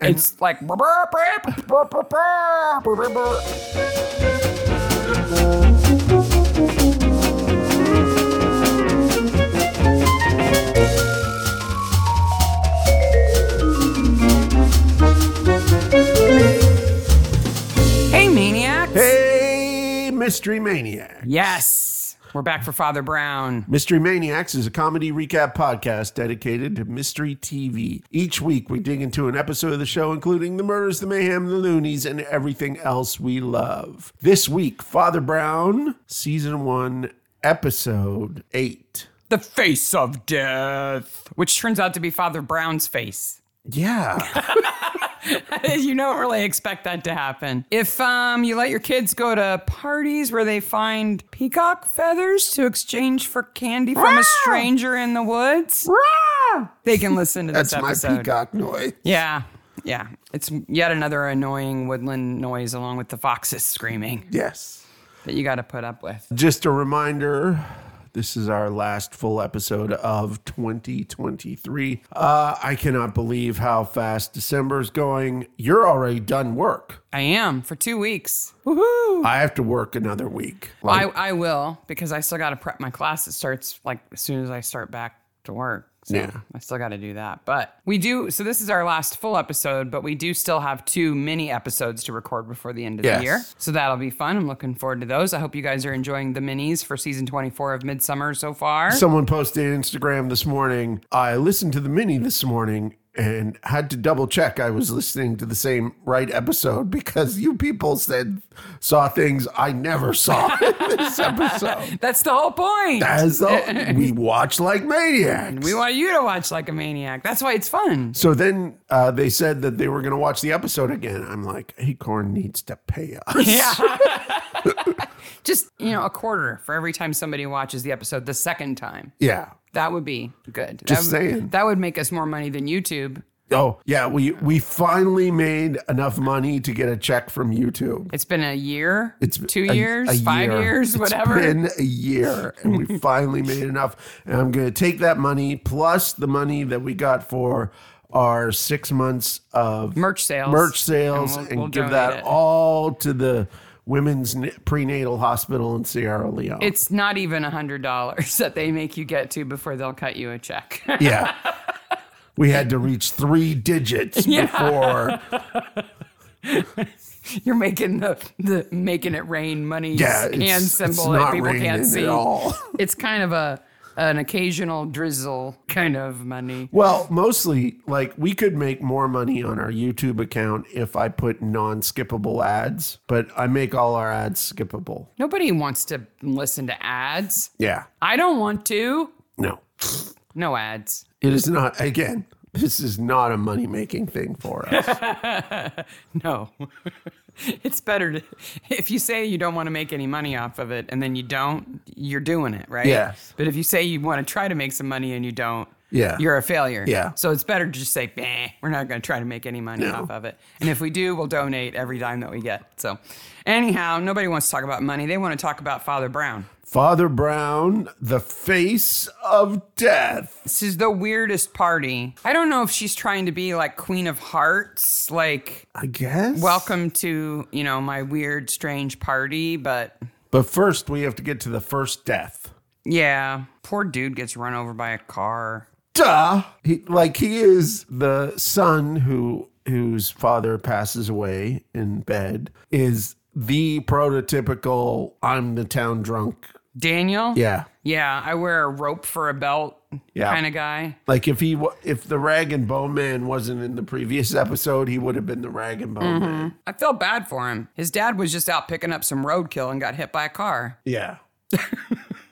it's like Hey maniacs. Hey, Mystery Maniac. Yes. We're back for Father Brown. Mystery Maniacs is a comedy recap podcast dedicated to mystery TV. Each week, we dig into an episode of the show, including the murders, the mayhem, the loonies, and everything else we love. This week, Father Brown, Season 1, Episode 8. The face of death, which turns out to be Father Brown's face. Yeah. you don't really expect that to happen. If um, you let your kids go to parties where they find peacock feathers to exchange for candy from a stranger in the woods, they can listen to this That's my episode. peacock noise. Yeah. Yeah. It's yet another annoying woodland noise along with the foxes screaming Yes. that you got to put up with. Just a reminder this is our last full episode of 2023. Uh, I cannot believe how fast December's going. You're already done work. I am for two weeks. Woohoo. I have to work another week. I, Like, I will because I still got to prep my class. It starts like as soon as I start back to work. So Yeah. I still got to do that. But we do. So this is our last full episode, but we do still have two mini episodes to record before the end of Yes. the year. So that'll be fun. I'm looking forward to those. I hope you guys are enjoying the minis for season 24 of Midsummer so far. someone posted Instagram this morning. I listened to the mini this morning and had to double check I was listening to the same right episode because you people said saw things I never saw in this episode. That's the whole point. As though we watch like maniacs. we want you to watch like a maniac. That's why it's fun. So then uh, they said that they were going to watch the episode again. I'm like, Acorn needs to pay us. Yeah. Just, you know, a quarter for every time somebody watches the episode the second time. Yeah. That would be good. Just that, would- saying. That would make us more money than YouTube. Oh, yeah. We we finally made enough money to get a check from YouTube. It's been a year, It's two a- years, a five year. years, It's whatever. been a year, and we finally made enough. And I'm going to take that money plus the money that we got for our six months of merch sales. merch sales, And and, we'll- we'll give donate that it. all to the women's n- prenatal hospital in Sierra Leone. It's not even a hundred dollars that they make you get to before they'll cut you a check. Yeah. We had to reach three digits before. You're making the, the making it rain money Yeah, it's, hand it's symbol that not people raining can't see. at all. It's kind of a an occasional drizzle kind of money. Well, mostly like we could make more money on our YouTube account if I put non-skippable ads, but I make all our ads skippable. Nobody wants to listen to ads. Yeah, I don't want to. no, No ads. it is not. Again, this is not a money-making thing for us. No. it's better to, if you say you don't want to make any money off of it and then you don't, you're doing it, right? Yes. But if you say you want to try to make some money and you don't, Yeah. you're a failure. Yeah. So it's better to just say, "Meh, we're not going to try to make any money No. off of it. And if we do, we'll donate every dime that we get. So, anyhow, nobody wants to talk about money. They want to talk about Father Brown. Father Brown, the face of death. This is the weirdest party. I don't know if she's trying to be like Queen of Hearts, like, I guess. welcome to, you know, my weird, strange party, but But first, we have to get to the first death. Yeah. Poor dude gets run over by a car. duh. He, like he is the son who whose father passes away in bed is the prototypical I'm the town drunk. Daniel? Yeah. Yeah, I wear a rope for a belt Yeah. kind of guy. Like if he wa- if the rag and bone man wasn't in the previous episode, he would have been the rag and Mm-hmm. bone man. I felt bad for him. His dad was just out picking up some roadkill and got hit by a car. Yeah.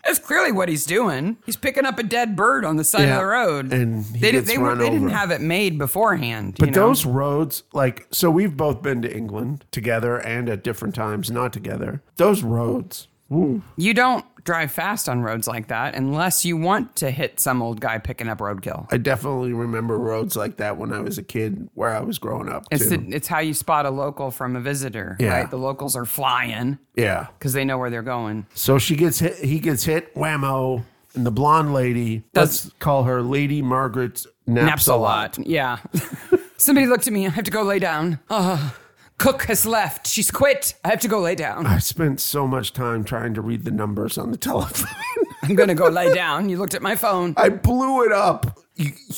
That's clearly what he's doing. He's picking up a dead bird on the side Yeah. of the road. And he they, di- gets they, were- run they didn't over. have it made beforehand. But you know? those roads, like, so we've both been to England together and at different times, not together. Those roads, ooh, you don't drive fast on roads like that unless you want to hit some old guy picking up roadkill. I definitely remember roads like that when I was a kid, where I was growing up. It's, too. the, it's how you spot a local from a visitor, Yeah. right? The locals are flying yeah. because they know where they're going. So she gets hit. He gets hit. Whammo! And the blonde lady. Does- let's call her Lady Margaret naps a Napsalot. lot. Yeah. Somebody looked at me. I have to go lay down. Uh, Cook has left. She's quit. I have to go lay down. I spent so much time trying to read the numbers on the telephone. I'm going to go lay down. You looked at my phone. I blew it up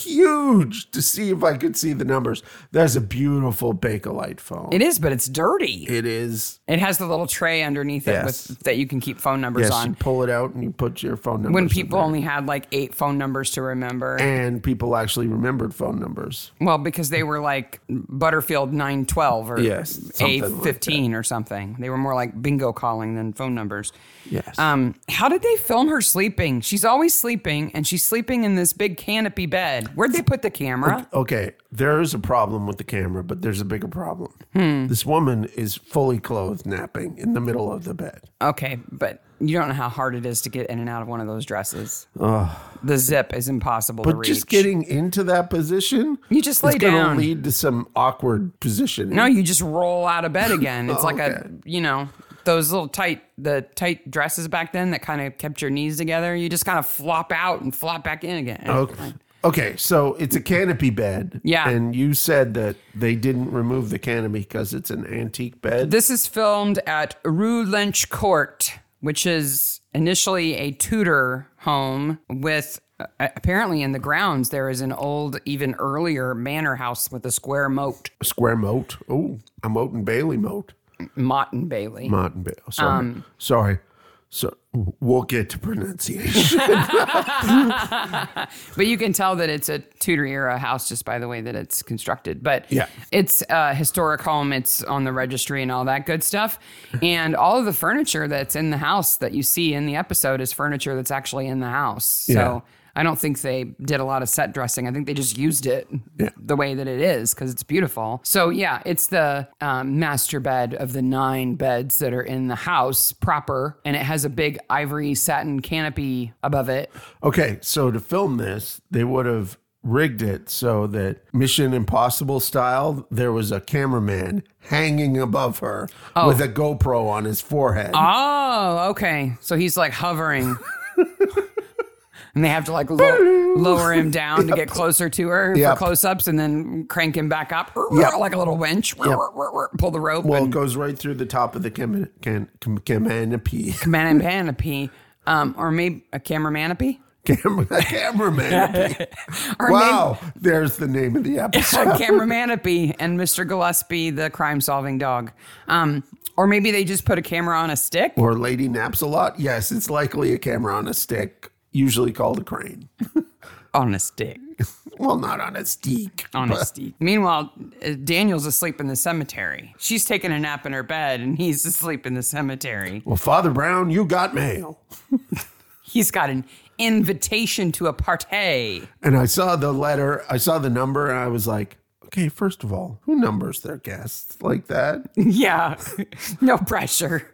huge to see if I could see the numbers. That's a beautiful Bakelite phone. It is, but it's dirty. it is. It has the little tray underneath it Yes. with, that you can keep phone numbers Yes, you on. pull it out and you put your phone number. When people only had like eight phone numbers to remember. and people actually remembered phone numbers. Well, because they were like Butterfield 912 or Yes, something like A15 or something. They were more like bingo calling than phone numbers. Yes. Um, how did they film her sleeping? She's always sleeping and she's sleeping in this big canopy bed. Where'd they put the camera? okay, there is a problem with the camera, but there's a bigger problem. Hmm. This woman is fully clothed napping in the middle of the bed. Okay, but you don't know how hard it is to get in and out of one of those dresses. The zip is impossible to But reach. just getting into that position, You just lay it's gonna down. lead to some awkward positioning. No, you just roll out of bed again. It's like okay. a, you know, those little tight, the tight dresses back then that kind of kept your knees together. You just kind of flop out and flop back in again. Okay. Okay, so it's a canopy bed. Yeah. And you said that they didn't remove the canopy because it's an antique bed. This is filmed at Rue Lynch Court, which is initially a Tudor home with. Uh, apparently, in the grounds, there is an old, even earlier manor house with a square moat, Square moat. Oh, a moat and Bailey moat. Mott and Bailey. Moat and Bailey. Sorry. Um. Sorry. So we'll get to pronunciation. But you can tell that it's a Tudor era house just by the way that it's constructed. But Yeah. it's a historic home. It's on the registry and all that good stuff. And all of the furniture that's in the house that you see in the episode is furniture that's actually in the house. So Yeah. I don't think they did a lot of set dressing. I think they just used it Yeah. the way that it is because it's beautiful. So yeah, it's the um, master bed of the nine beds that are in the house proper, and it has a big ivory satin canopy above it. okay, so to film this, they would have rigged it so that Mission Impossible style, there was a cameraman hanging above her with a GoPro on his forehead. Oh, okay. So he's like hovering. and they have to like lo- lower him down to get closer to her Yep. for close ups and then crank him back up like a little winch. Pull the rope. well, it goes right through the top of the cam- can- cam- canopy. Man and panopy. Um, or maybe a cameramanopy? Camera, cameraman. Or wow, there's the name of the maybe episode. a cameramanopy and Mr. Gillespie, the crime solving dog. Um, or maybe they just put a camera on a stick. or Lady Naps a lot. Yes, it's likely a camera on a stick, usually called a crane. On a stick. Well, not on a stick. honesty. Meanwhile, uh, Daniel's asleep in the cemetery. She's taking a nap in her bed, and he's asleep in the cemetery. Well, Father Brown, you got mail. He's got an invitation to a party. And I saw the letter, I saw the number, and I was like, okay, first of all, who numbers their guests like that? yeah, no pressure.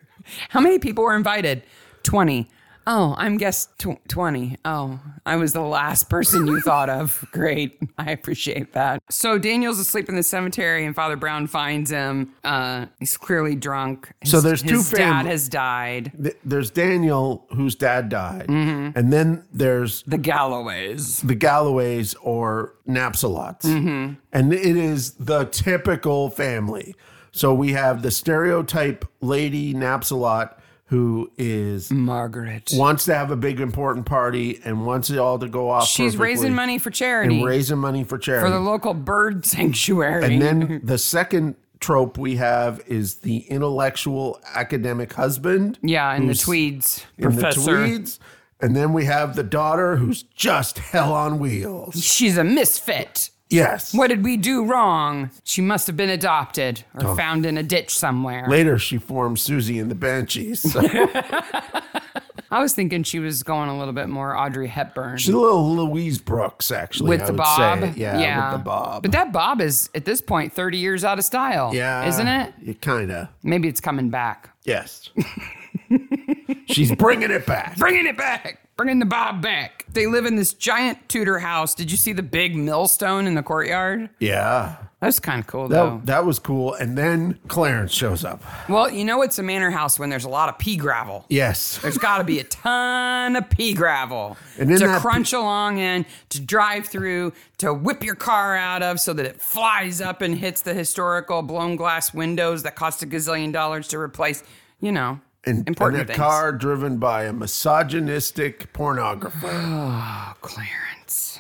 How many people were invited? 20. Oh, I'm guess tw- 20. Oh, I was the last person you thought of. Great. I appreciate that. So Daniel's asleep in the cemetery and Father Brown finds him. Uh, he's clearly drunk. His, So there's two his fam- dad has died. Th- There's Daniel, whose dad died. Mm-hmm. And then there's The Galloways. the Galloways or Napsalots. Mm-hmm. And it is the typical family. So we have the stereotype lady Napsalot who is Margaret. wants to have a big important party and wants it all to go off. She's perfectly raising money for charity and raising money for charity. for the local bird sanctuary. and then the second trope we have is the intellectual academic husband yeah, in the who's tweeds, in the professor. tweeds. And then we have the daughter who's just hell on wheels. She's a misfit. Yes. What did we do wrong? She must have been adopted or Oh. found in a ditch somewhere. Later, she formed Susie and the Banshees. So I was thinking she was going a little bit more Audrey Hepburn she's a little Louise Brooks, actually. with I the would bob. say. Yeah, with the bob. But that bob is at this point 30 years out of style. yeah, Isn't it? kind of. Maybe it's coming back. Yes. she's bringing it back. bringing it back, bringing the Bob back. They live in this giant Tudor house. Did you see the big millstone in the courtyard? Yeah. That's kind of cool, That, though. that was cool. And then Clarence shows up. Well, you know it's a manor house when there's a lot of pea gravel. Yes. There's got to be a ton of pea gravel And in to that- crunch along in, to drive through, to whip your car out of so that it flies up and hits the historical blown glass windows that cost a gazillion dollars to replace. You know, And, important and a things. car driven by a misogynistic pornographer. Oh, Clarence.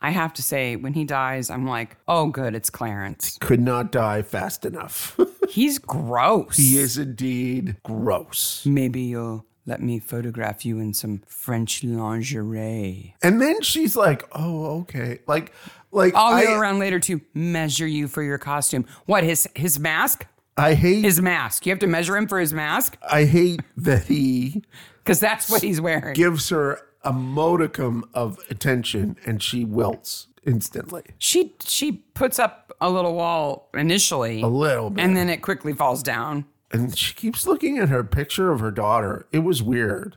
I have to say, when he dies, I'm like, oh, good, it's Clarence. Could not die fast enough. He's gross. he is indeed gross. Maybe you'll let me photograph you in some French lingerie. And then she's like, "Oh, okay." Like, like I'll I, go around later to measure you for your costume. What his his mask? I hate, His mask. You have to measure him for his mask I hate that he because that's what he's wearing. gives her a modicum of attention, and she wilts instantly. she she puts up a little wall initially, A little bit, and then it quickly falls down. and she keeps looking at her picture of her daughter. It was weird.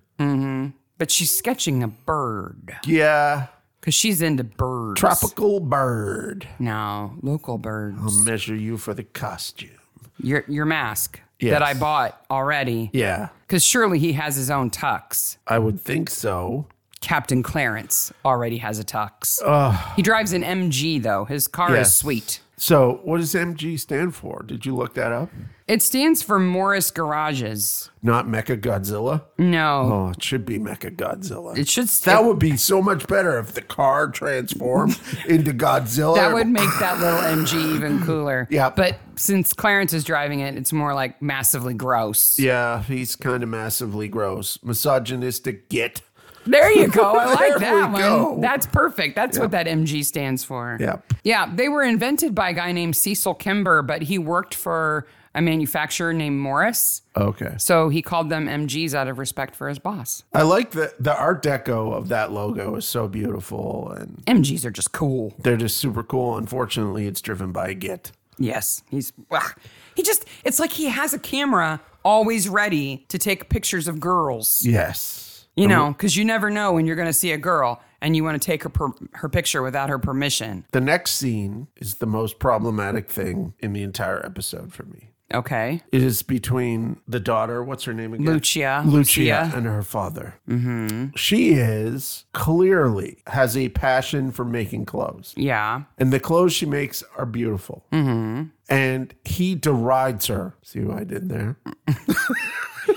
But she's sketching a bird Yeah, because she's into birds. tropical bird. No, local birds. I'll measure you for the costume. your your mask Yes. that I bought already. Yeah, Because surely he has his own tux. I would think so. Captain Clarence already has a tux. He drives an MG though. His car Yes. is sweet. So, what does MG stand for? Did you look that up? It stands for Morris Garages. Not Mecha Godzilla. No, Oh, it should be Mecha Godzilla. it should. That would be so much better if the car transformed into Godzilla. that would make that little MG even cooler. Yeah. But since Clarence is driving it, it's more like massively gross. Yeah, he's kind of massively gross, misogynistic git. There you go. I There like we that one. go. That's perfect. That's what that MG stands for. Yep. Yeah, they were invented by a guy named Cecil Kimber, but he worked for a manufacturer named Morris. Okay. So he called them MGs out of respect for his boss. I like the the Art Deco of that logo is so beautiful, and MGs are just cool. they're just super cool. Unfortunately, it's driven by a git. Yes, he's ugh. he just it's like he has a camera always ready to take pictures of girls. Yes. You know, because you never know when you're going to see a girl and you want to take her per, her picture without her permission. The next scene is the most problematic thing in the entire episode for me. Okay, It is between the daughter, what's her name again? Lucia. Lucia and her father. She is clearly has a passion for making clothes, Yeah. and the clothes she makes are beautiful. And he derides her. See what I did there?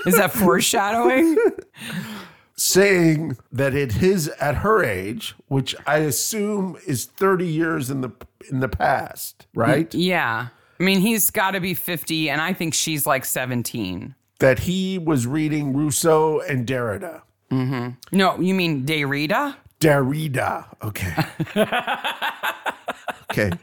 Is that foreshadowing? Saying that at his at her age, which I assume is thirty years in the in the past, right? yeah. I mean, he's got to be 50, and I think she's like 17. That he was reading Rousseau and Derrida. No, you mean Derrida? Derrida. Okay. okay.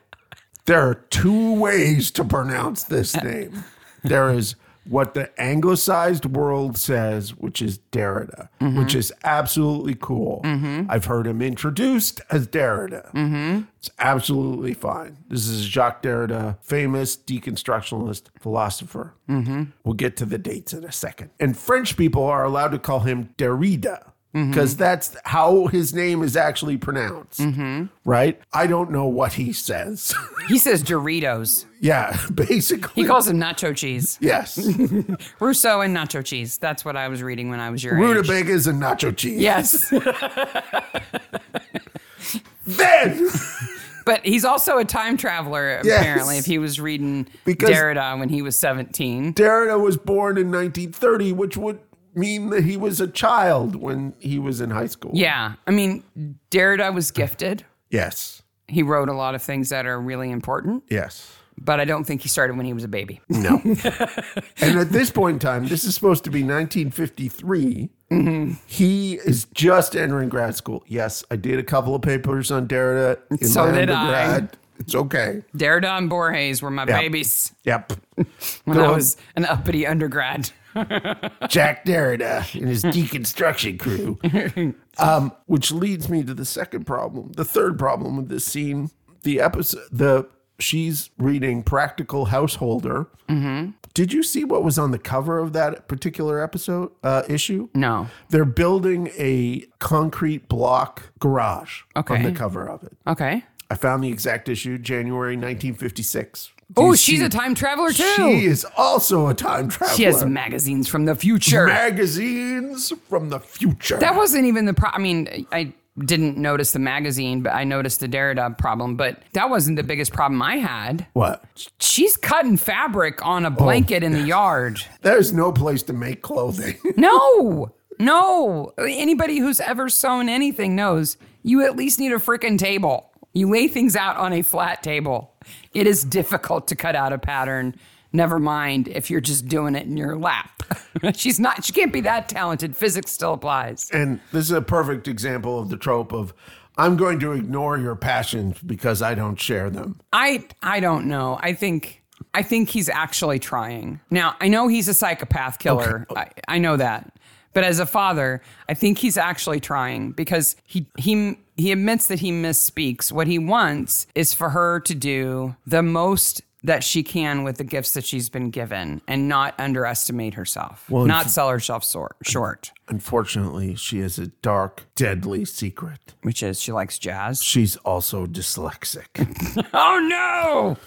There are two ways to pronounce this name. There is what the anglicized world says, which is Derrida, which is absolutely cool. I've heard him introduced as Derrida. It's absolutely fine. This is Jacques Derrida, famous deconstructionist philosopher. We'll get to the dates in a second. And French people are allowed to call him Derrida because that's how his name is actually pronounced, right? I don't know what he says. He says Doritos. yeah, He basically. calls them nacho cheese. yes. Rousseau and nacho cheese. That's what I was reading when I was your age. Rutabagas and nacho cheese. Yes. Then, but he's also a time traveler, Yes. apparently, if he was reading Because- Derrida when he was 17. Derrida was born in 1930, which would mean that he was a child when he was in high school. Yeah. I mean, Derrida was gifted. Yes. He wrote a lot of things that are really important, Yes. but I don't think he started when he was a baby. No. and at this point in time, this is supposed to be 1953. Mm-hmm. He is just entering grad school. Yes, I did a couple of papers on Derrida in So my did I. undergrad. It's okay. Derrida and Borges were my babies Yep. when Go I on. was an uppity undergrad. Jack Derrida and his deconstruction crew. Um, which leads me to the second problem. The third problem with this scene, the episode, the she's reading Practical Householder. Mm-hmm. Did you see what was on the cover of that particular episode uh, issue? No. They're building a concrete block garage Okay. on the cover of it. Okay. I found the exact issue, January 1956. Do Oh, you she's see- a time traveler too. She is also a time traveler. She has magazines from the future. magazines from the future. that wasn't even the problem. I mean, I didn't notice the magazine, but I noticed the Derrida problem. But that wasn't the biggest problem I had. what? She's cutting fabric on a blanket in the yard. There's no place to make clothing. No, no. Anybody who's ever sewn anything knows you at least need a freaking table. You lay things out on a flat table. It is difficult to cut out a pattern. Never mind if you're just doing it in your lap. She's not, she can't be that talented. Physics still applies. and this is a perfect example of the trope of I'm going to ignore your passions because I don't share them. I I don't know. I think I think he's actually trying. Now I know he's a psychopath killer. I, I know that. But as a father, I think he's actually trying because he he he admits that he misspeaks. What he wants is for her to do the most that she can with the gifts that she's been given and not underestimate herself, not sell herself sor- short, Unfortunately, she has a dark, deadly secret. which is she likes jazz. She's also dyslexic. Oh no!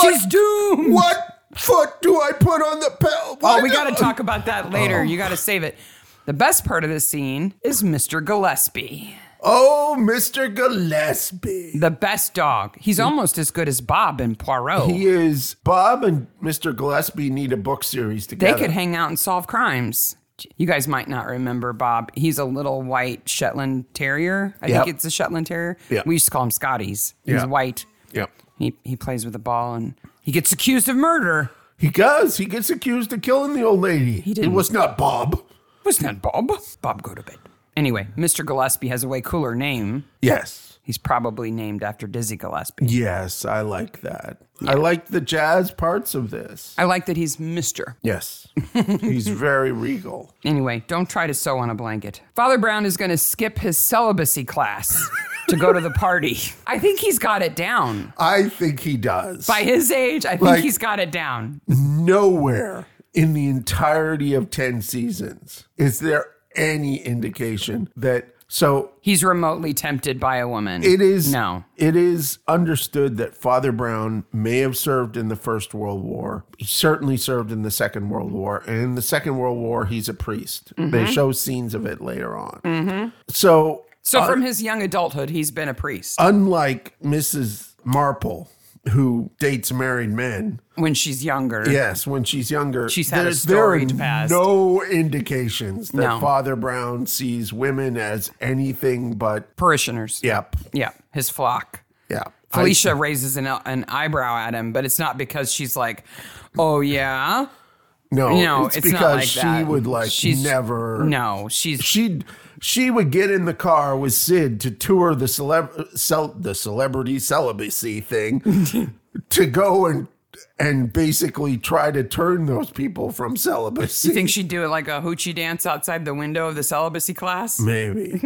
She's doomed. what foot do I put on the pedal? Oh, we got to talk about that later. Oh. You got to save it. The best part of this scene is Mr. Gillespie, Oh, Mr. Gillespie. the best dog. He's almost as good as Bob and Poirot. He is Bob and Mr. Gillespie need a book series they together. could hang out and solve crimes. You guys might not remember Bob. He's a little white Shetland Terrier. I Yep. think it's a Shetland Terrier. Yeah. We used to call him Scotties. He's Yeah. white. Yep. He, he plays with the ball and he gets accused of murder. He does. He gets accused of killing the old lady. He didn't. It was not Bob. Wasn't that Bob? Bob, go to bed. Anyway, Mr. Gillespie has a way cooler name. Yes. He's probably named after Dizzy Gillespie. Yes, I like that. I like the jazz parts of this. I like that he's Mr. Yes. He's very regal. Anyway, don't try to sew on a blanket. Father Brown is going to skip his celibacy class to go to the party. I think he's got it down. I think he does. By his age, I think Like- he's got it down. Nowhere in the entirety of 10 seasons is there any indication that so He's remotely tempted by a woman. It is No. It is understood that Father Brown may have served in the First World War. He certainly served in the Second World War, and in the Second World War, he's a priest. Mm-hmm. They show scenes of it later on. So, So from his young adulthood, he's been a priest Uh, unlike Mrs. Marple, who dates married men, when she's younger. yes, when she's younger, She's had a there's- storied past. no indications that No. Father Brown sees women as anything but. Parishioners. Yep. Yeah. His flock. Yeah. I- Felicia raises an, an eyebrow at him, but it's not because she's like, oh, yeah. No, No, it's, it's not because like she that. would like She's- never. No, she's she'd she would get in the car with Sid to tour the celeb cel- the celebrity celibacy thing to go and and basically try to turn those people from celibacy. You think she'd do it like a hoochie dance outside the window of the celibacy class? Maybe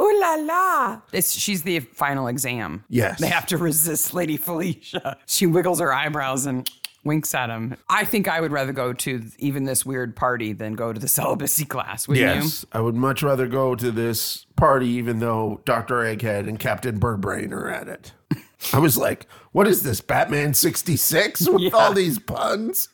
Ooh la la! It's, she's the final exam. Yes. They have to resist Lady Felicia. She wiggles her eyebrows and winks at him. I think I would rather go to even this weird party than go to the celibacy class, wouldn't yes, I would much rather go to this party, even though Doctor Egghead and Captain Birdbrain are at it. I was like, what is this, Batman 66 with all these puns?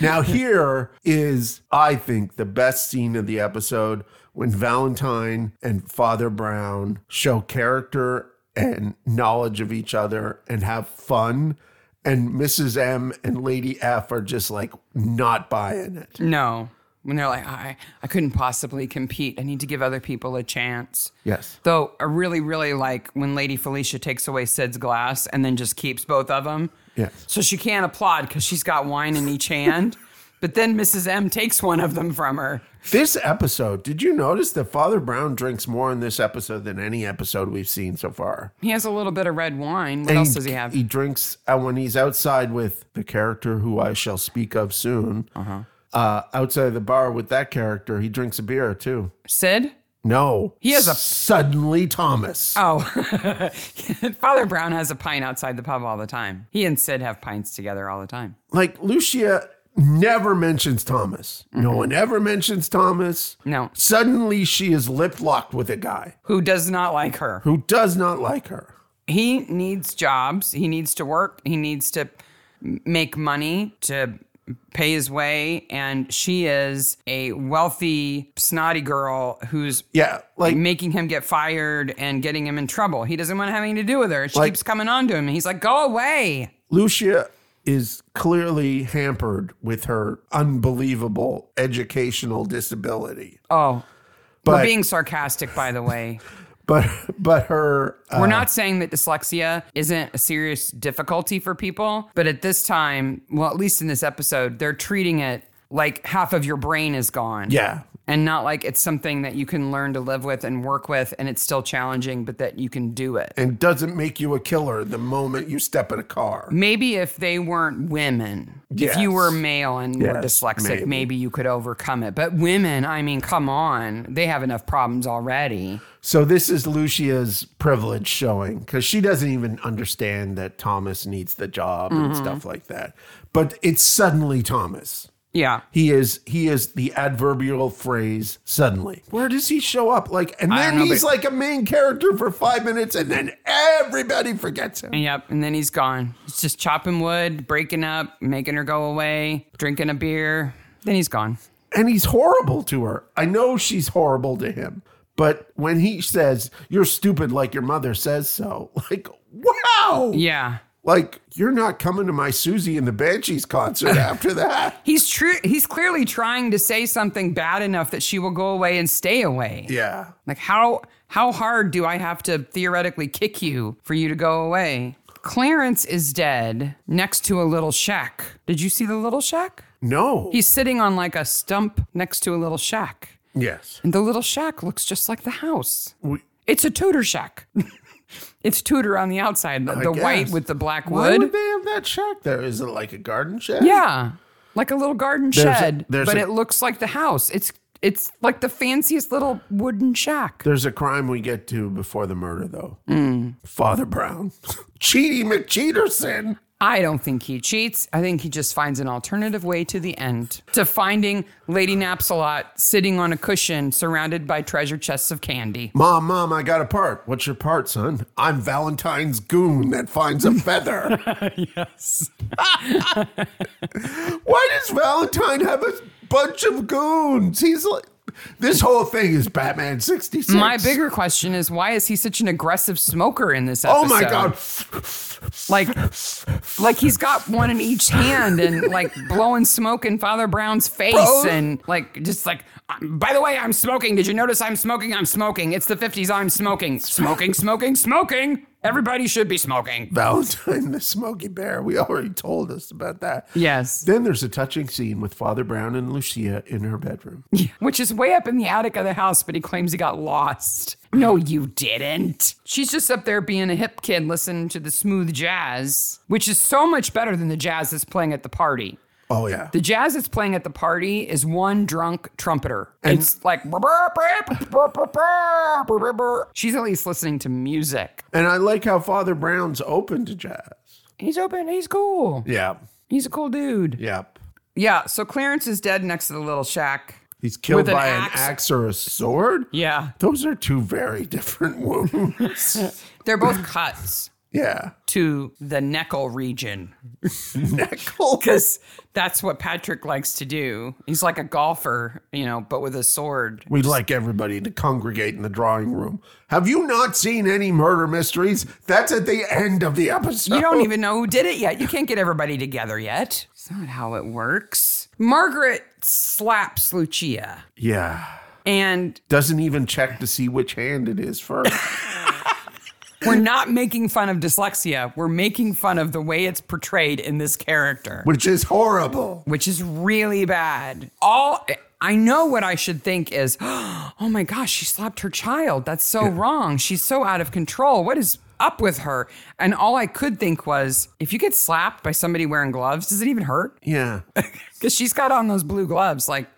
now, here is, I think, the best scene of the episode when Valentine and Father Brown show character and knowledge of each other and have fun. And Mrs. M and Lady F are just like not buying it. you? No. When they're like, I, I couldn't possibly compete. I need to give other people a chance. Yes. Though I really, really like when Lady Felicia takes away Sid's glass and then just keeps both of them. Yes. So she can't applaud because she's got wine in each hand. but then Mrs. M takes one of them from her. This episode, did you notice that Father Brown drinks more in this episode than any episode we've seen so far? He has a little bit of red wine. What else does he have? He drinks uh, when he's outside with the character who I shall speak of soon. Uh-huh. outside the bar with that character, he drinks a beer too. Sid? No, he has a- suddenly Thomas. Oh. Father Brown has a pint outside the pub all the time. He and Sid have pints together all the time. like Lucia never mentions Thomas. No Mm-hmm. one ever mentions Thomas. No. Suddenly she is lip locked with a guy Who does not like her? who does not like her. He needs jobs. He needs to work. He needs to m- make money to pay his way. And she is a wealthy, snotty girl who's Yeah, like making him get fired and getting him in trouble. He doesn't want to have anything to do with her. She Like- keeps coming on to him. He's like, go away. Lucia is clearly hampered with her unbelievable educational disability. Oh, But we're being sarcastic, by the way. but but her uh, We're not saying that dyslexia isn't a serious difficulty for people, but at this time, well, at least in this episode, they're treating it like half of your brain is gone. yeah. And not like it's something that you can learn to live with and work with, and it's still challenging, but that you can do it. And doesn't make you a killer the moment you step in a car. Maybe if they weren't women, if Yes. you were male and were Yes, dyslexic, maybe. maybe. you could overcome it. But women, I mean, come on, they have enough problems already. So this is Lucia's privilege showing because she doesn't even understand that Thomas needs the job and Mm-hmm. stuff like that. But it's suddenly Thomas. Yeah. He is he is the adverbial phrase suddenly. Where does he show up? Like and I then don't know, he's but- like a main character for five minutes and then everybody forgets him. Yep, and then he's gone. He's just chopping wood, breaking up, making her go away, drinking a beer. Then he's gone. And he's horrible to her. I know she's horrible to him, but when he says, You're stupid like your mother says so, like wow. Yeah. Like, you're not coming to my Susie and the Banshees concert after that. He's true he's clearly trying to say something bad enough that she will go away and stay away. Yeah. Like how how hard do I have to theoretically kick you for you to go away? Clarence is dead next to a little shack. Did you see the little shack? No. He's sitting on like a stump next to a little shack. yes. And the little shack looks just like the house. We, It's a Tudor shack. it's Tudor on the outside, the, the white guess. with the black why would wood. they have that shack there? Is it like a garden shack? Yeah, like a little garden a- shed, there's but a- it looks like the house. It's it's like the fanciest little wooden shack. There's a crime we get to before the murder, though. Mm. Father Brown. Cheaty McCheaterson. I don't think he cheats. I think he just finds an alternative way to the end to finding Lady Napsalot sitting on a cushion surrounded by treasure chests of candy. Mom, mom, I got a part. What's your part, son? I'm Valentine's goon that finds a feather. Yes. Why does Valentine have a bunch of goons? He's like, this whole thing is Batman 66. My bigger question is why is he such an aggressive smoker in this episode? Oh my God. like like he's got one in each hand and like blowing smoke in father brown's face Bro. and like just like by the way i'm smoking did you notice i'm smoking i'm smoking it's the 50s i'm smoking smoking smoking smoking everybody should be smoking Valentine the Smoky Bear. We already told us about that. yes Then there's a touching scene with Father Brown and Lucia in her bedroom. which is way up in the attic of the house but he claims he got lost no you didn't she's just up there being a hip kid listening to the smooth jazz which is so much better than the jazz that's playing at the party Oh, yeah. The jazz that's playing at the party is one drunk trumpeter. it's like she's at least listening to music. And I like how Father Brown's open to jazz. He's open. He's cool. Yeah. He's a cool dude. Yep. Yeah. So Clarence is dead next to the little shack. He's killed With an by axe. an axe or a sword? Yeah. Those are two very different wounds. They're both cuts yeah. to the neckle region Neckle. because that's what Patrick likes to do. He's like a golfer, you know, but with a sword. We'd like everybody to congregate in the drawing room. Have you not seen any murder mysteries? That's at the end of the episode. You don't e- even know who did it yet. You can't get everybody together yet. It's not how it works. Margaret slaps Lucia Yeah. and Doesn't even check to see which hand it is first. we're not making fun of dyslexia. We're making fun of the way it's portrayed in this character, which is horrible. which is really bad. All I know what I should think is, "Oh my gosh, she slapped her child. That's so wrong. She's so out of control. What is up with her?" And all I could think was, if you get slapped by somebody wearing gloves, does it even hurt? Yeah. because she's got on those blue gloves. Like,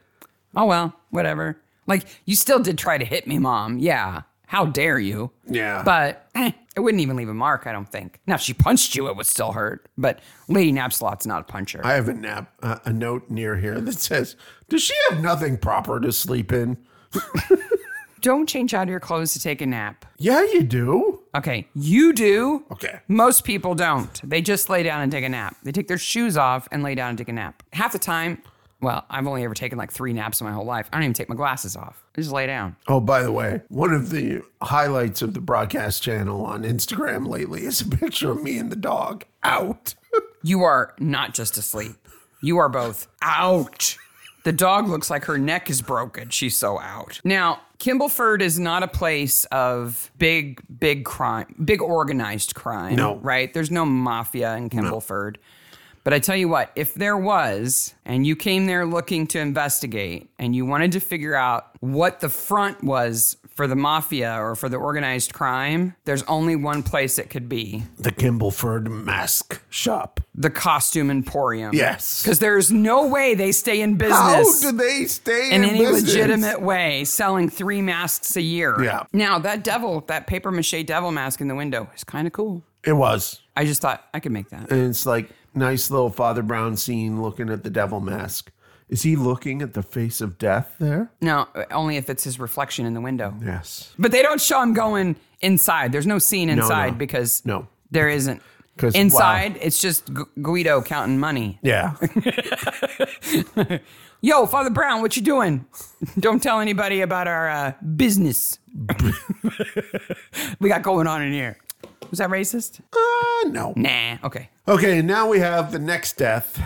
oh well, whatever. Like, you still did try to hit me, mom. Yeah. How dare you? Yeah. But eh, It wouldn't even leave a mark, I don't think. Now, if she punched you, it would still hurt. But Lady Napslot's not a puncher. I have a nap, uh, a note near here that says, "Does she have nothing proper to sleep in?" don't change out of your clothes to take a nap. Yeah, you do. Okay, you do. Okay. Most people don't. They just lay down and take a nap. They take their shoes off and lay down and take a nap. Half the time, well, I've only ever taken like three naps in my whole life. I don't even take my glasses off. I just lay down. Oh, by the way, one of the highlights of the broadcast channel on Instagram lately is a picture of me and the dog out. You are not just asleep. You are both out. The dog looks like her neck is broken. She's so out. Now, Kimbleford is not a place of big, big crime, big organized crime. No. Right? There's no mafia in Kimbleford. But I tell you what, if there was, and you came there looking to investigate and you wanted to figure out what the front was for the mafia or for the organized crime, there's only one place it could be the Kimbleford mask shop. the costume emporium. Yes. Because there's no way they stay in How business do they stay in in any business? legitimate way selling three masks a year. Yeah. Now, that devil, that paper mache devil mask in the window is kind of cool. It was, I just thought I could make that. and it's like nice little Father Brown scene looking at the devil mask. Is he looking at the face of death there? No, only if it's his reflection in the window. Yes. But they don't show him going inside. There's no scene inside no. because No. there isn't. 'Cause, wow. Inside, it's just Gu- Guido counting money. Yeah. Yo, Father Brown, what you doing? Don't tell anybody about our uh, business we got going on in here. Was that racist? uh, no. Nah. Okay. Okay, and now we have the next death,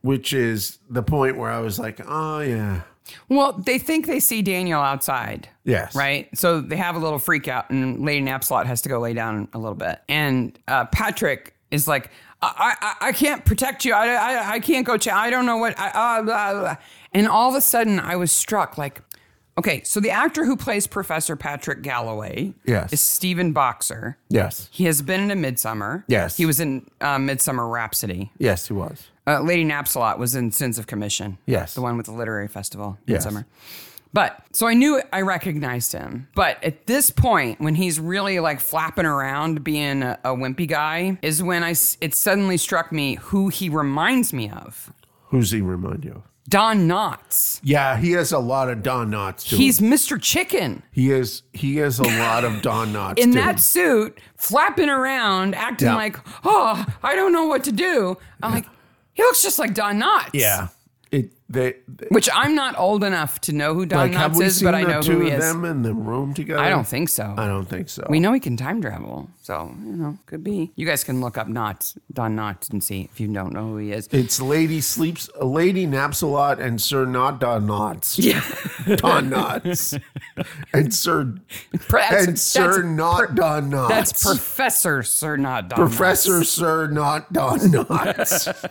which is the point where I was like, oh, yeah. Well, they think they see Daniel outside. Yes. Right? So they have a little freak out, and Lady Napslot has to go lay down a little bit. And uh, Patrick is like, I, I, I can't protect you. I, I, I can't go. Ch- I don't know what. I, uh, blah, blah." And all of a sudden, I was struck like, okay, so the actor who plays Professor Patrick Galloway Yes. is Stephen Boxer. Yes. He has been in a Midsummer. Yes. He was in uh, Midsummer Rhapsody. Yes, he was. Uh, Lady Napsalot was in Sins of Commission. Yes. The one with the literary festival in Yes. summer. But so I knew I recognized him. But at this point, when he's really like flapping around being a, a wimpy guy, is when I s- it suddenly struck me who he reminds me of Who's he remind you of? Don Knotts. Yeah, he has a lot of Don Knotts to him. He's Mr. Chicken He is he has a lot of Don Knotts in to that him. suit, flapping around, acting Yeah. like, oh, I don't know what to do. I'm like, he looks just like Don Knotts. Yeah. It they, they- Which I'm not old enough to know who Don like have Knotts we is, seen but I know the two who he of is. them in the room together? I don't think so. I don't think so. we know he can time travel, so you know, could be. You guys can look up Knotts, Don Knotts, and see if you don't know who he is. it's Lady Sleeps Lady Naps a lot and Sir Not Don Knotts. Yeah, Don Knotts. and Sir That's- and Sir that's- Not Don Knotts. That's Professor Sir Not Don. Professor Knotts, Sir Not Don Knotts.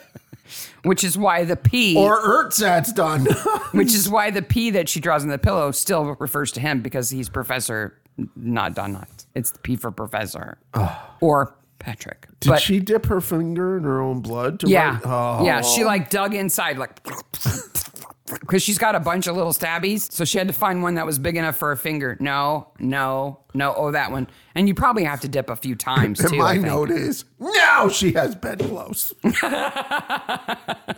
which is why the P, or Ertzat's Don Knotts. which is why the P that she draws on the pillow still refers to him because he's Professor Not Don Knotts. It's the P for Professor or Patrick. Did she dip her finger in her own blood to Yeah. write? Oh, Yeah. She like dug inside, like, because she's got a bunch of little stabbies. So she had to find one that was big enough for a finger. No, no, no. Oh, that one. And you probably have to dip a few times too. I My think. note is now she has bedclothes.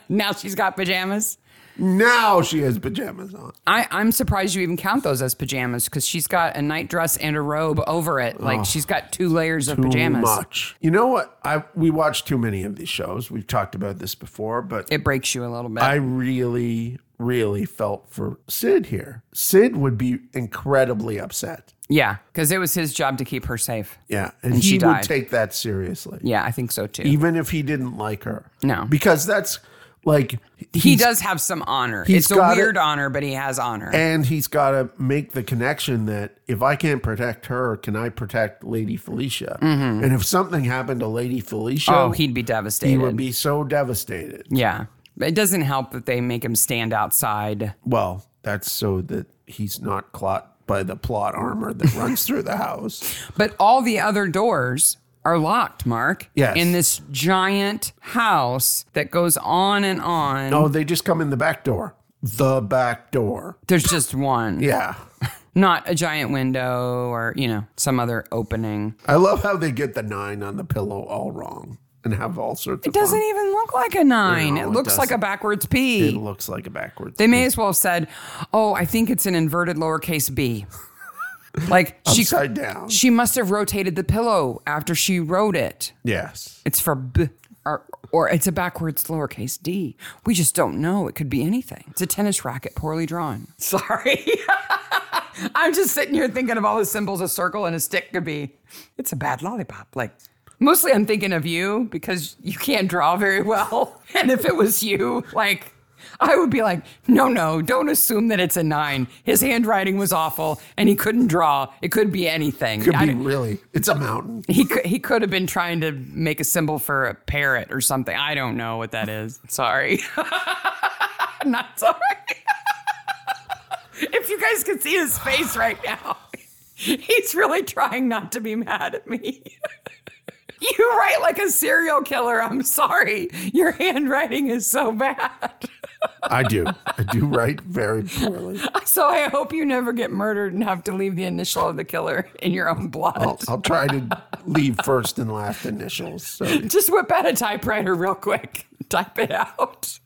Now she's got pajamas. now she has pajamas on. I, I'm surprised you even count those as pajamas because she's got a night dress and a robe over it. Like she's got two layers of pajamas. Too much. You know what? I we watch too many of these shows. We've talked about this before, but It breaks you a little bit. I really, really felt for Sid here. Sid would be incredibly upset. yeah. Because it was his job to keep her safe. Yeah, and, she he died. would take that seriously. Yeah. I think so too. even if he didn't like her. No. Because that's like he he's- does have some honor. he's It's a got it. weird honor, but he has honor. and he's got to make the connection that if I can't protect her, can I protect Lady Felicia? And if something happened to Lady Felicia, Mm-hmm. Oh, he'd be devastated. he would be so devastated. yeah. It doesn't help that they make him stand outside. Well, that's so that he's not clot by the plot armor that runs through the house. But all the other doors are locked, Mark. Yes. In this giant house that goes on and on. Oh, they just come in the back door. The back door. There's just one. Yeah. not a giant window or, you know, some other opening. I love how they get the nine on the pillow all wrong and have all sorts It of doesn't fun. even look like a nine. No, it it looks like a doesn't. backwards It P. looks like a backwards. they may as well have said, oh, I think it's an inverted lowercase b. like she, upside down. she must have rotated the pillow after she wrote it. yes. It's for b or, or it's a backwards lowercase d. We just don't know. It could be anything. It's a tennis racket poorly drawn. Sorry. I'm just sitting here thinking of all the symbols a circle and a stick could be. It's a bad lollipop. Like mostly I'm thinking of you because you can't draw very well. And if it was you, like I would be like, no, no, don't assume that it's a nine. His handwriting was awful and he couldn't draw. It could be anything. Could I be don't- really. It's a mountain. he could, he could have been trying to make a symbol for a parrot or something. I don't know what that is. Sorry. Not sorry. if you guys could see his face right now, he's really trying not to be mad at me. you write like a serial killer. I'm sorry. Your handwriting is so bad. I do. I do write very poorly. So I hope you never get murdered and have to leave the initial of the killer in your own blood. I'll, I'll try to leave first and last initials. So Just whip out a typewriter real quick. Type it out.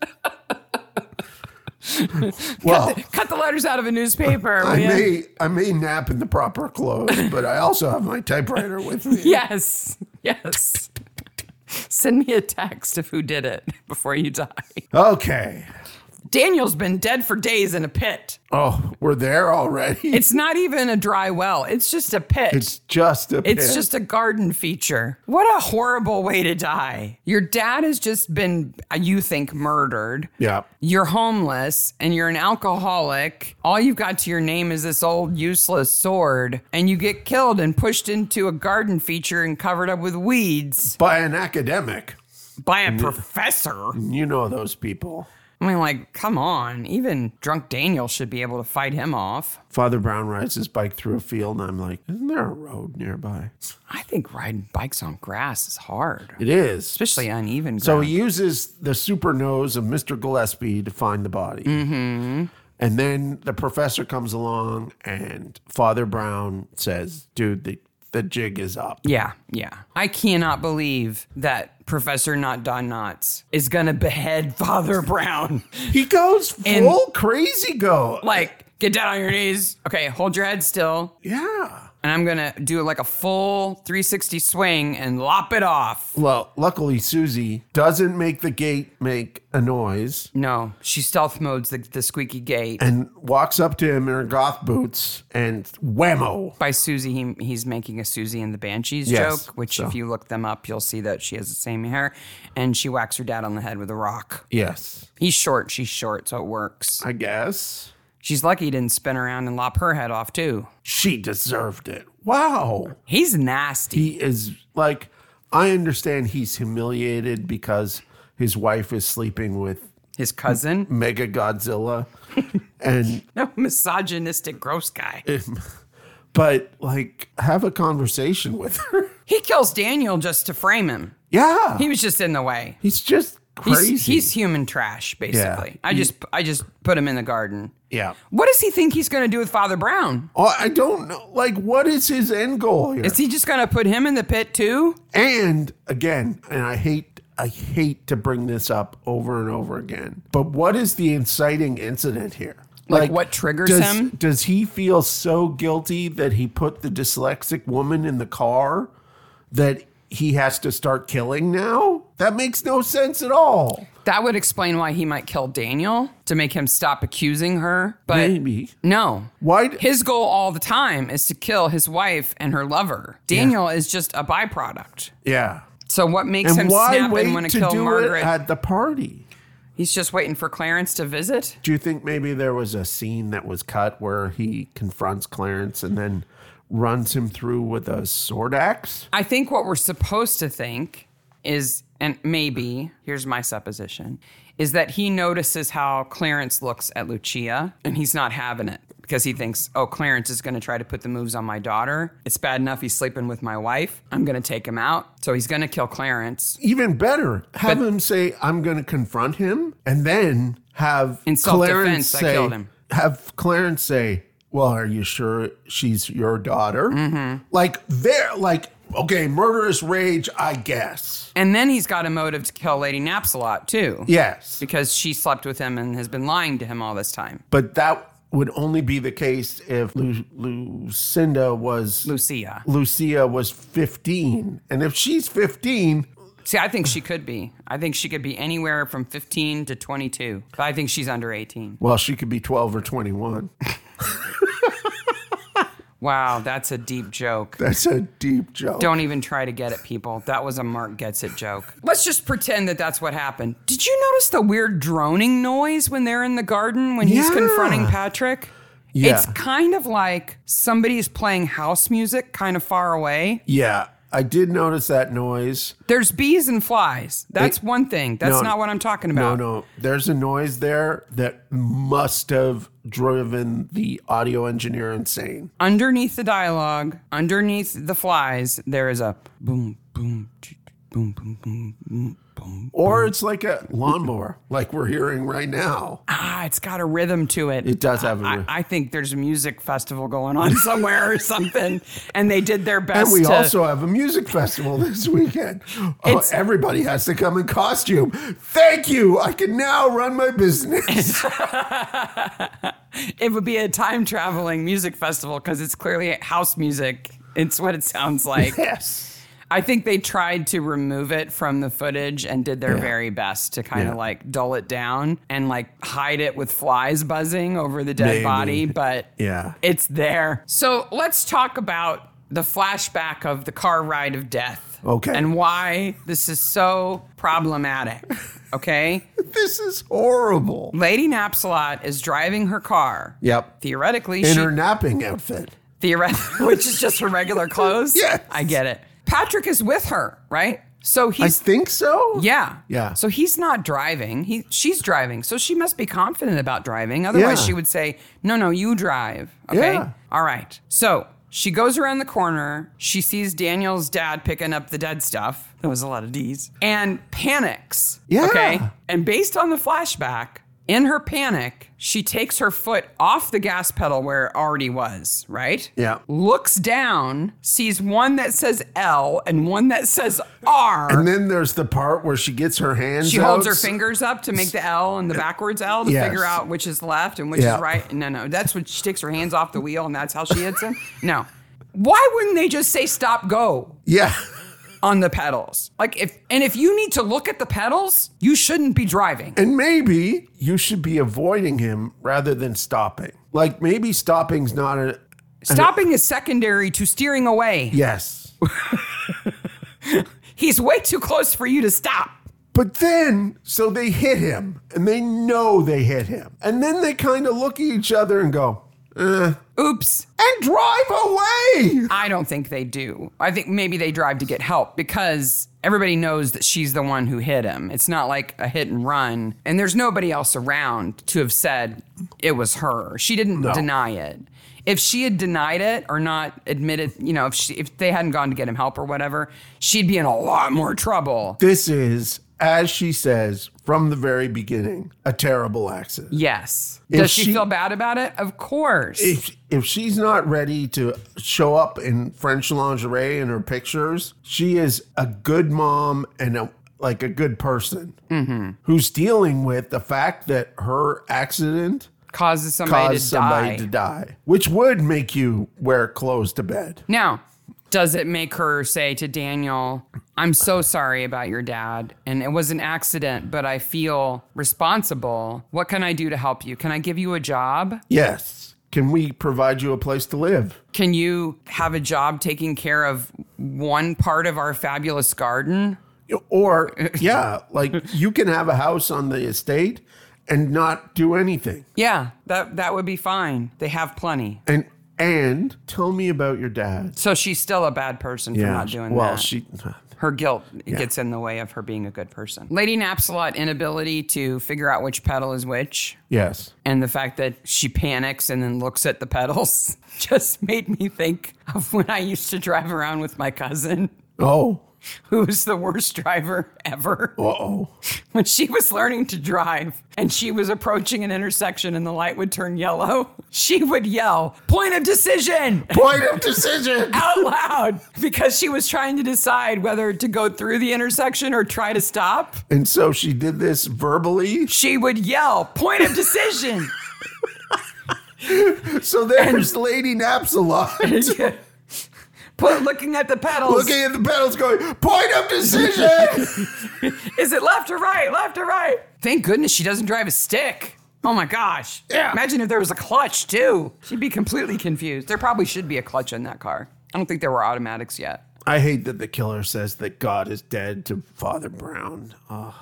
well, Cut the letters out of a newspaper. I will ya? may I may nap in the proper clothes, but I also have my typewriter with me. Yes. Yes. Send me a text of who did it before you die. Okay. Daniel's been dead for days in a pit. Oh, we're there already. It's not even a dry well. It's just a pit. It's, It's just a. pit. just a garden feature. What a horrible way to die. Your dad has just been, you think, murdered. yeah. you're homeless and you're an alcoholic. All you've got to your name is this old useless sword, and you get killed and pushed into a garden feature and covered up with weeds By an academic, by a professor. I you know those people. mean, like, come on. Even drunk Daniel should be able to fight him off. Father Brown rides his bike through a field, and I'm like, isn't there a road nearby? I think riding bikes on grass is hard, It is. especially uneven ground. So he uses the super nose of Mr. Gillespie to find the body. Mm-hmm. And then the professor comes along, and Father Brown says, dude, the, the jig is up. Yeah, yeah. I cannot believe that Professor Not Don Knotts is gonna behead Father Brown. He goes full And- crazy go. like, get down on your knees. Okay, hold your head still. yeah. and I'm gonna do like a full 360 swing and lop it off. Well, luckily, Susie doesn't make the gate make a noise No, she stealth modes the, the squeaky gate. and walks up to him in her goth boots and whammo. By Susie, he, he's making a Susie and the Banshees Yes, joke, which so. if you look them up, you'll see that she has the same hair, and she whacks her dad on the head with a rock. Yes, He's short, she's short, so it works. I guess. She's lucky he didn't spin around and lop her head off too. She deserved it. Wow. He's nasty. He is like, I understand he's humiliated because his wife is sleeping with His cousin, Mega Godzilla. and, no misogynistic, gross guy. but like, have a conversation with her. He kills Daniel just to frame him. Yeah. He was just in the way. he's just He's- crazy. He's, human trash, basically. I just I just put him in the garden. yeah. What does he think he's going to do with Father Brown? Oh, I don't know. Like, what is his end goal here? Is he just going to put him in the pit too? and again, and I hate, I hate to bring this up over and over again, but what is the inciting incident here? Like, what triggers does, him? Does he feel so guilty that he put the dyslexic woman in the car that he has to start killing now? That makes no sense at all. That would explain why he might kill Daniel to make him stop accusing her. But Maybe. no. Why? d- His goal all the time is to kill his wife and her lover. Daniel is just a byproduct. yeah. So what makes And him why snap wait and want to to kill do Margaret? it at the party? He's just waiting for Clarence to visit. Do you think maybe there was a scene that was cut where he confronts Clarence and then runs him through with a sword axe? I think what we're supposed to think is, and maybe, here's my supposition, is that he notices how Clarence looks at Lucia and he's not having it because he thinks, oh, Clarence is going to try to put the moves on my daughter. It's bad enough he's sleeping with my wife. I'm going to take him out. So he's going to kill Clarence. Even better, have him say, I'm going to confront him, and then have In self-defense, Clarence I say, killed him. have Clarence say, well, are you sure she's your daughter? Mm-hmm. Like, they're like, okay, murderous rage, I guess. And then he's got a motive to kill Lady Napsalot too. Yes. Because she slept with him and has been lying to him all this time. But that would only be the case if Lu- Lucinda was, Lucia. Lucia was 15. And if she's 15, See, I think she could be. I think she could be anywhere from 15 to 22. But I think she's under 18. well, she could be 12 or 21. Wow, that's a deep joke. That's a deep joke. Don't even try to get it, people. That was a Mark Gets It joke. Let's just pretend that that's what happened. Did you notice the weird droning noise when they're in the garden when he's Yeah. confronting Patrick? Yeah. It's kind of like somebody's playing house music kind of far away. yeah. I did notice that noise. There's bees and flies. That's It- one thing. That's No, not what I'm talking about. No, no. There's a noise there that must have driven the audio engineer insane. Underneath the dialogue, underneath the flies, there is a boom, boom, ch- boom, boom, boom, boom, boom. Or it's like a lawnmower, like we're hearing right now. Ah, it's got a rhythm to it. It does have a I, rhythm. I think there's a music festival going on somewhere or something, and they did their best. And we to, also have a music festival this weekend. Oh, It's- everybody has to come in costume. Thank you. I can now run my business. it would be a time traveling music festival because it's clearly house music. It's what it sounds like. yes. I think they tried to remove it from the footage and did their very best to kind of Yeah. like dull it down and like hide it with flies buzzing over the dead Maybe. body, but Yeah. it's there. So let's talk about the flashback of the car ride of death. Okay. And why this is so problematic. Okay. This is horrible. Lady Napsalot is driving her car. Yep. Theoretically, In she her napping outfit. theoretically, which is just her regular clothes. Yes. I get it. Patrick is with her, right? So I he's think so. yeah. Yeah. So he's not driving. He she's driving. So she must be confident about driving. Otherwise Yeah. she would say, "No, no, you drive." Okay? Yeah. All right. So she goes around the corner. She sees Daniel's dad picking up the dead stuff. That was a lot of D's. And panics. Yeah. Okay. And based on the flashback, in her panic, she takes her foot off the gas pedal where it already was, right? Yeah. Looks down, sees one that says L and one that says R. And then there's the part where she gets her hands She holds out. her fingers up to make the L and the backwards L to Yes. figure out which is left and which Yeah. is right. No, no, that's when she takes her hands off the wheel and that's how she hits him. No. Why wouldn't they just say stop, go Yeah. on the pedals? Like if and if you need to look at the pedals, you shouldn't be driving. And maybe you should be avoiding him rather than stopping. Like maybe stopping's not a Stopping is secondary to steering away. yes. He's way too close for you to stop. But then, so they hit him and they know they hit him. And then they kind of look at each other and go, eh, Oops. and drive away. I don't think they do. I think maybe they drive to get help because everybody knows that she's the one who hit him. It's not like a hit and run. And there's nobody else around to have said it was her. She didn't deny it. If she had denied it or not admitted, you know, if she, if they hadn't gone to get him help or whatever, she'd be in a lot more trouble. This is, as she says from the very beginning, a terrible accident. Yes. If Does she, she- feel bad about it? Of course. if if she's not ready to show up in French lingerie in her pictures, she is a good mom and a like a good person Mm-hmm. who's dealing with the fact that her accident causes somebody caused to somebody die. to die, which would make you wear clothes to bed. Now, does it make her say to Daniel, I'm so sorry about your dad, and it was an accident, but I feel responsible. What can I do to help you? Can I give you a job? Yes, can we provide you a place to live? Can you have a job taking care of one part of our fabulous garden? Or yeah, like you can have a house on the estate and not do anything. Yeah, that that would be fine. They have plenty. And and tell me about your dad. So she's still a bad person for not doing well, that. she. her guilt gets in the way of her being a good person. Lady Napsalot inability to figure out which pedal is which. Yes. and the fact that she panics and then looks at the pedals just made me think of when I used to drive around with my cousin. Oh. who was the worst driver ever. Uh oh. When she was learning to drive and she was approaching an intersection and the light would turn yellow, she would yell, Point of decision! Point of decision. out loud because she was trying to decide whether to go through the intersection or try to stop. And so she did this verbally. She would yell, Point of decision! So there's Lady Napsalon Put, looking at the pedals. looking at the pedals going, point of decision. Is it left or right? Left or right? Thank goodness she doesn't drive a stick. Oh my gosh. Yeah. Imagine if there was a clutch too. She'd be completely confused. There probably should be a clutch in that car. I don't think there were automatics yet. I hate that the killer says that God is dead to Father Brown. Oh,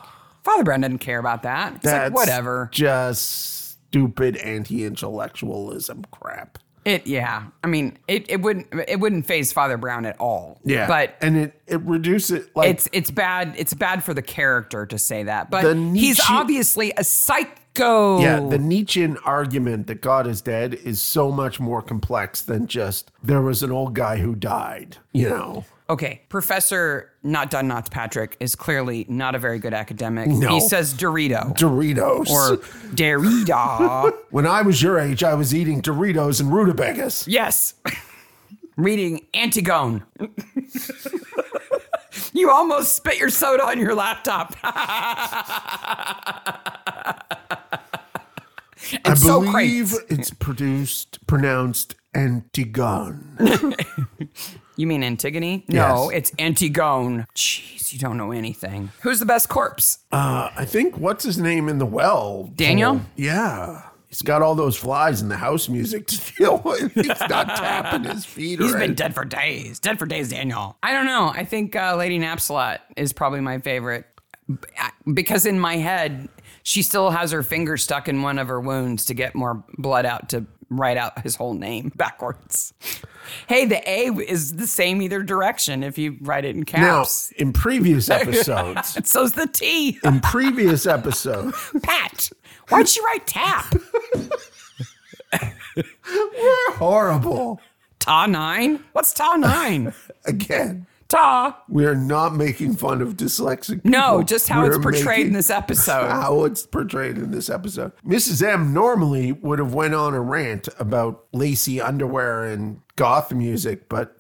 Father Brown didn't care about that. It's that's like, whatever. Just stupid anti-intellectualism crap. It yeah. I mean, it, it wouldn't it wouldn't phase Father Brown at all. But and it it reduces like it's it's bad it's bad for the character to say that. But The he's Nietzsche- obviously a psycho. Yeah, the Nietzschean argument that God is dead is so much more complex than just there was an old guy who died, you know. Okay, Professor Not Done Not Patrick is clearly not a very good academic. No. He says Dorito Doritos. or Derrida. when I was your age, I was eating Doritos and rutabagas. yes. Reading Antigone. you almost spit your soda on your laptop. I so believe it's produced, pronounced Antigone. You mean Antigone? No, Yes. it's Antigone. Jeez, you don't know anything. Who's the best corpse? Uh, I think what's his name in the well? Daniel? Yeah. He's got all those flies in the house music to deal with. He's not tapping his feet. He's or been anything. dead for days. Dead for days, Daniel. I don't know. I think uh, Lady Napsalot is probably my favorite B- I- because in my head, she still has her finger stuck in one of her wounds to get more blood out to write out his whole name backwards. hey, the A is the same either direction if you write it in Now, caps. in previous episodes, And so's the T. in previous episodes, Pat. Why'd she write tap? horrible. Ta nine? What's ta nine? Again, Ta. we are not making fun of dyslexic. No, people. just how it's We're portrayed in making- Ah, this episode. How it's portrayed in this episode. Mrs. M normally would have went on a rant about lacy underwear and goth music, but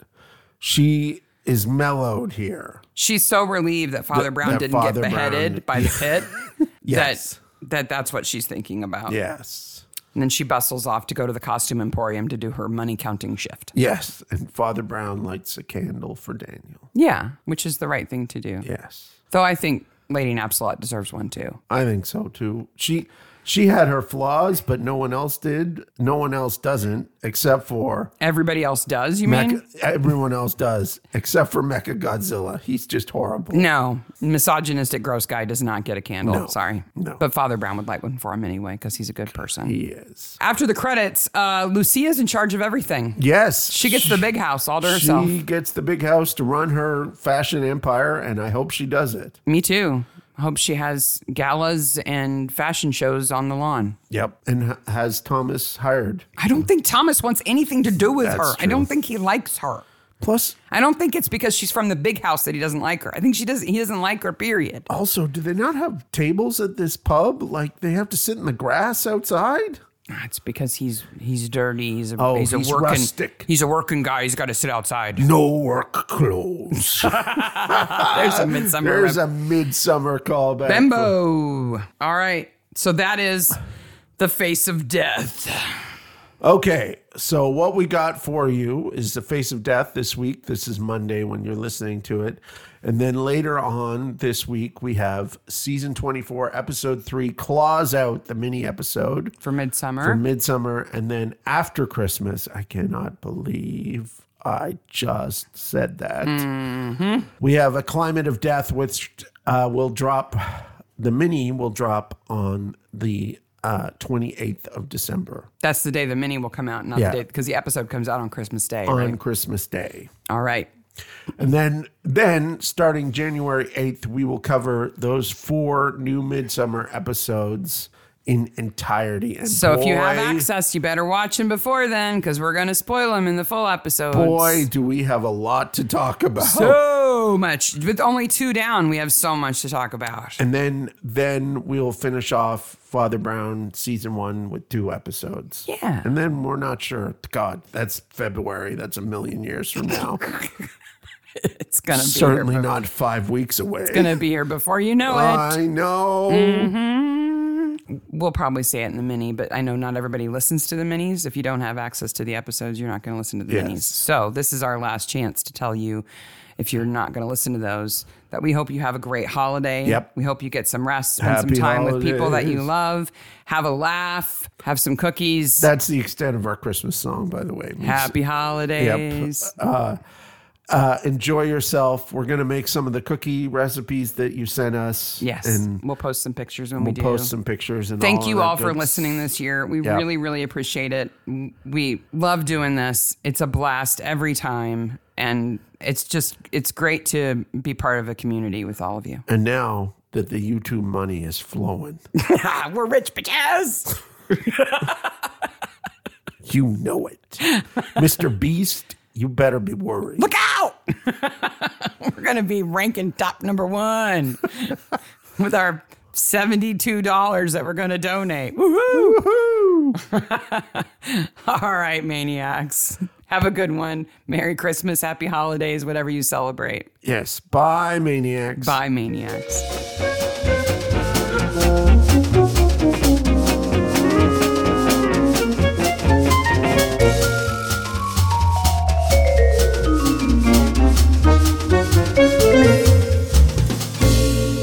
she is mellowed here. She's so relieved that Father Brown that didn't Father get Brown- beheaded by the pit. Yes. That that that's what she's thinking about. Yes. And then she bustles off to go to the costume emporium to do her money counting shift. Yes. And Father Brown lights a candle for Daniel. Yeah, which is the right thing to do. Yes. Though I think Lady Napsalot deserves one too. I think so too. She she had her flaws, but no one else did. No one else doesn't, except for Everybody else does, you mean? Mecha, everyone else does, except for Mecha Godzilla. He's just horrible. No, misogynistic gross guy does not get a candle. No, Sorry. no. But Father Brown would light one for him anyway because he's a good person. He is. After the credits, uh, Lucia's in charge of everything. Yes. She gets the big house all to herself. She gets the big house to run her fashion empire, and I hope she does it. Me too. Hope she has galas and fashion shows on the lawn. Yep. And h- has Thomas hired. I don't think Thomas wants anything to do with That's her. I true. don't think he likes her. Plus, I don't think it's because she's from the big house that he doesn't like her. I think she doesn't he doesn't like her, period. also, do they not have tables at this pub? Like they have to sit in the grass outside? It's because he's he's dirty. He's a Oh, he's a he's working rustic. he's a working guy. He's gotta sit outside. No work clothes. There's a midsummer. Ah, There's rep- a midsummer callback. Bembo. All right. So that is the face of death. Okay, so what we got for you is the face of death this week. This is Monday when you're listening to it. And then later on this week, we have season 24, episode three, Claws Out, the mini episode For midsummer. for Midsummer. And then after Christmas, I cannot believe I just said that. We have a climate of death, which uh, will drop. The mini will drop on the uh, 28th of December That's the day the mini will come out, not Yeah. the day because the episode comes out on Christmas Day. on right? Christmas Day. All right. And then then starting January 8th, we will cover those four new midsummer episodes in entirety. And So if you have boy, access, you better watch them before then because we're going to spoil them in the full episode. boy, do we have a lot to talk about. So so much. With only two down, we have so much to talk about. And then then we'll finish off Father Brown season one with two episodes. Yeah. And then we're not sure. God, that's February. That's a million years from now. It's gonna be Certainly here. not five weeks away. It's gonna Mm. be here before you know it. I know. We'll probably say it in the mini, but I know not everybody listens to the minis. If you don't have access to the episodes, you're not gonna listen to the Yes. minis. So this is our last chance to tell you if you're not gonna listen to those, that we hope you have a great holiday. Yep. We hope you get some rest, spend some Happy time with people that you holidays. love, have a laugh, have some cookies. That's the extent of our Christmas song, by the way. We Happy holidays. uh, enjoy yourself. We're going to make some of the cookie recipes that you sent us. Yes. And we'll post some pictures when we we'll do. post some pictures. And Thank all you of that all for good listening this year. We Yeah. really, really appreciate it. We love doing this. It's a blast every time. And it's just, it's great to be part of a community with all of you. And now that the YouTube money is flowing, We're rich bitches. you know it. Mr. Beast, you better be worried. Look out. We're going to be ranking top number one with our $72 that we're going to donate. Woohoo. Woohoo! All right, maniacs. Have a good one. Merry Christmas, happy holidays, whatever you celebrate. Yes. Bye, maniacs. Bye, maniacs.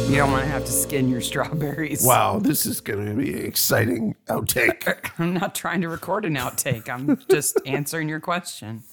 You don't want to have to skin your strawberries. Wow, this is going to be an exciting outtake. I'm not trying to record an outtake. I'm just answering your question.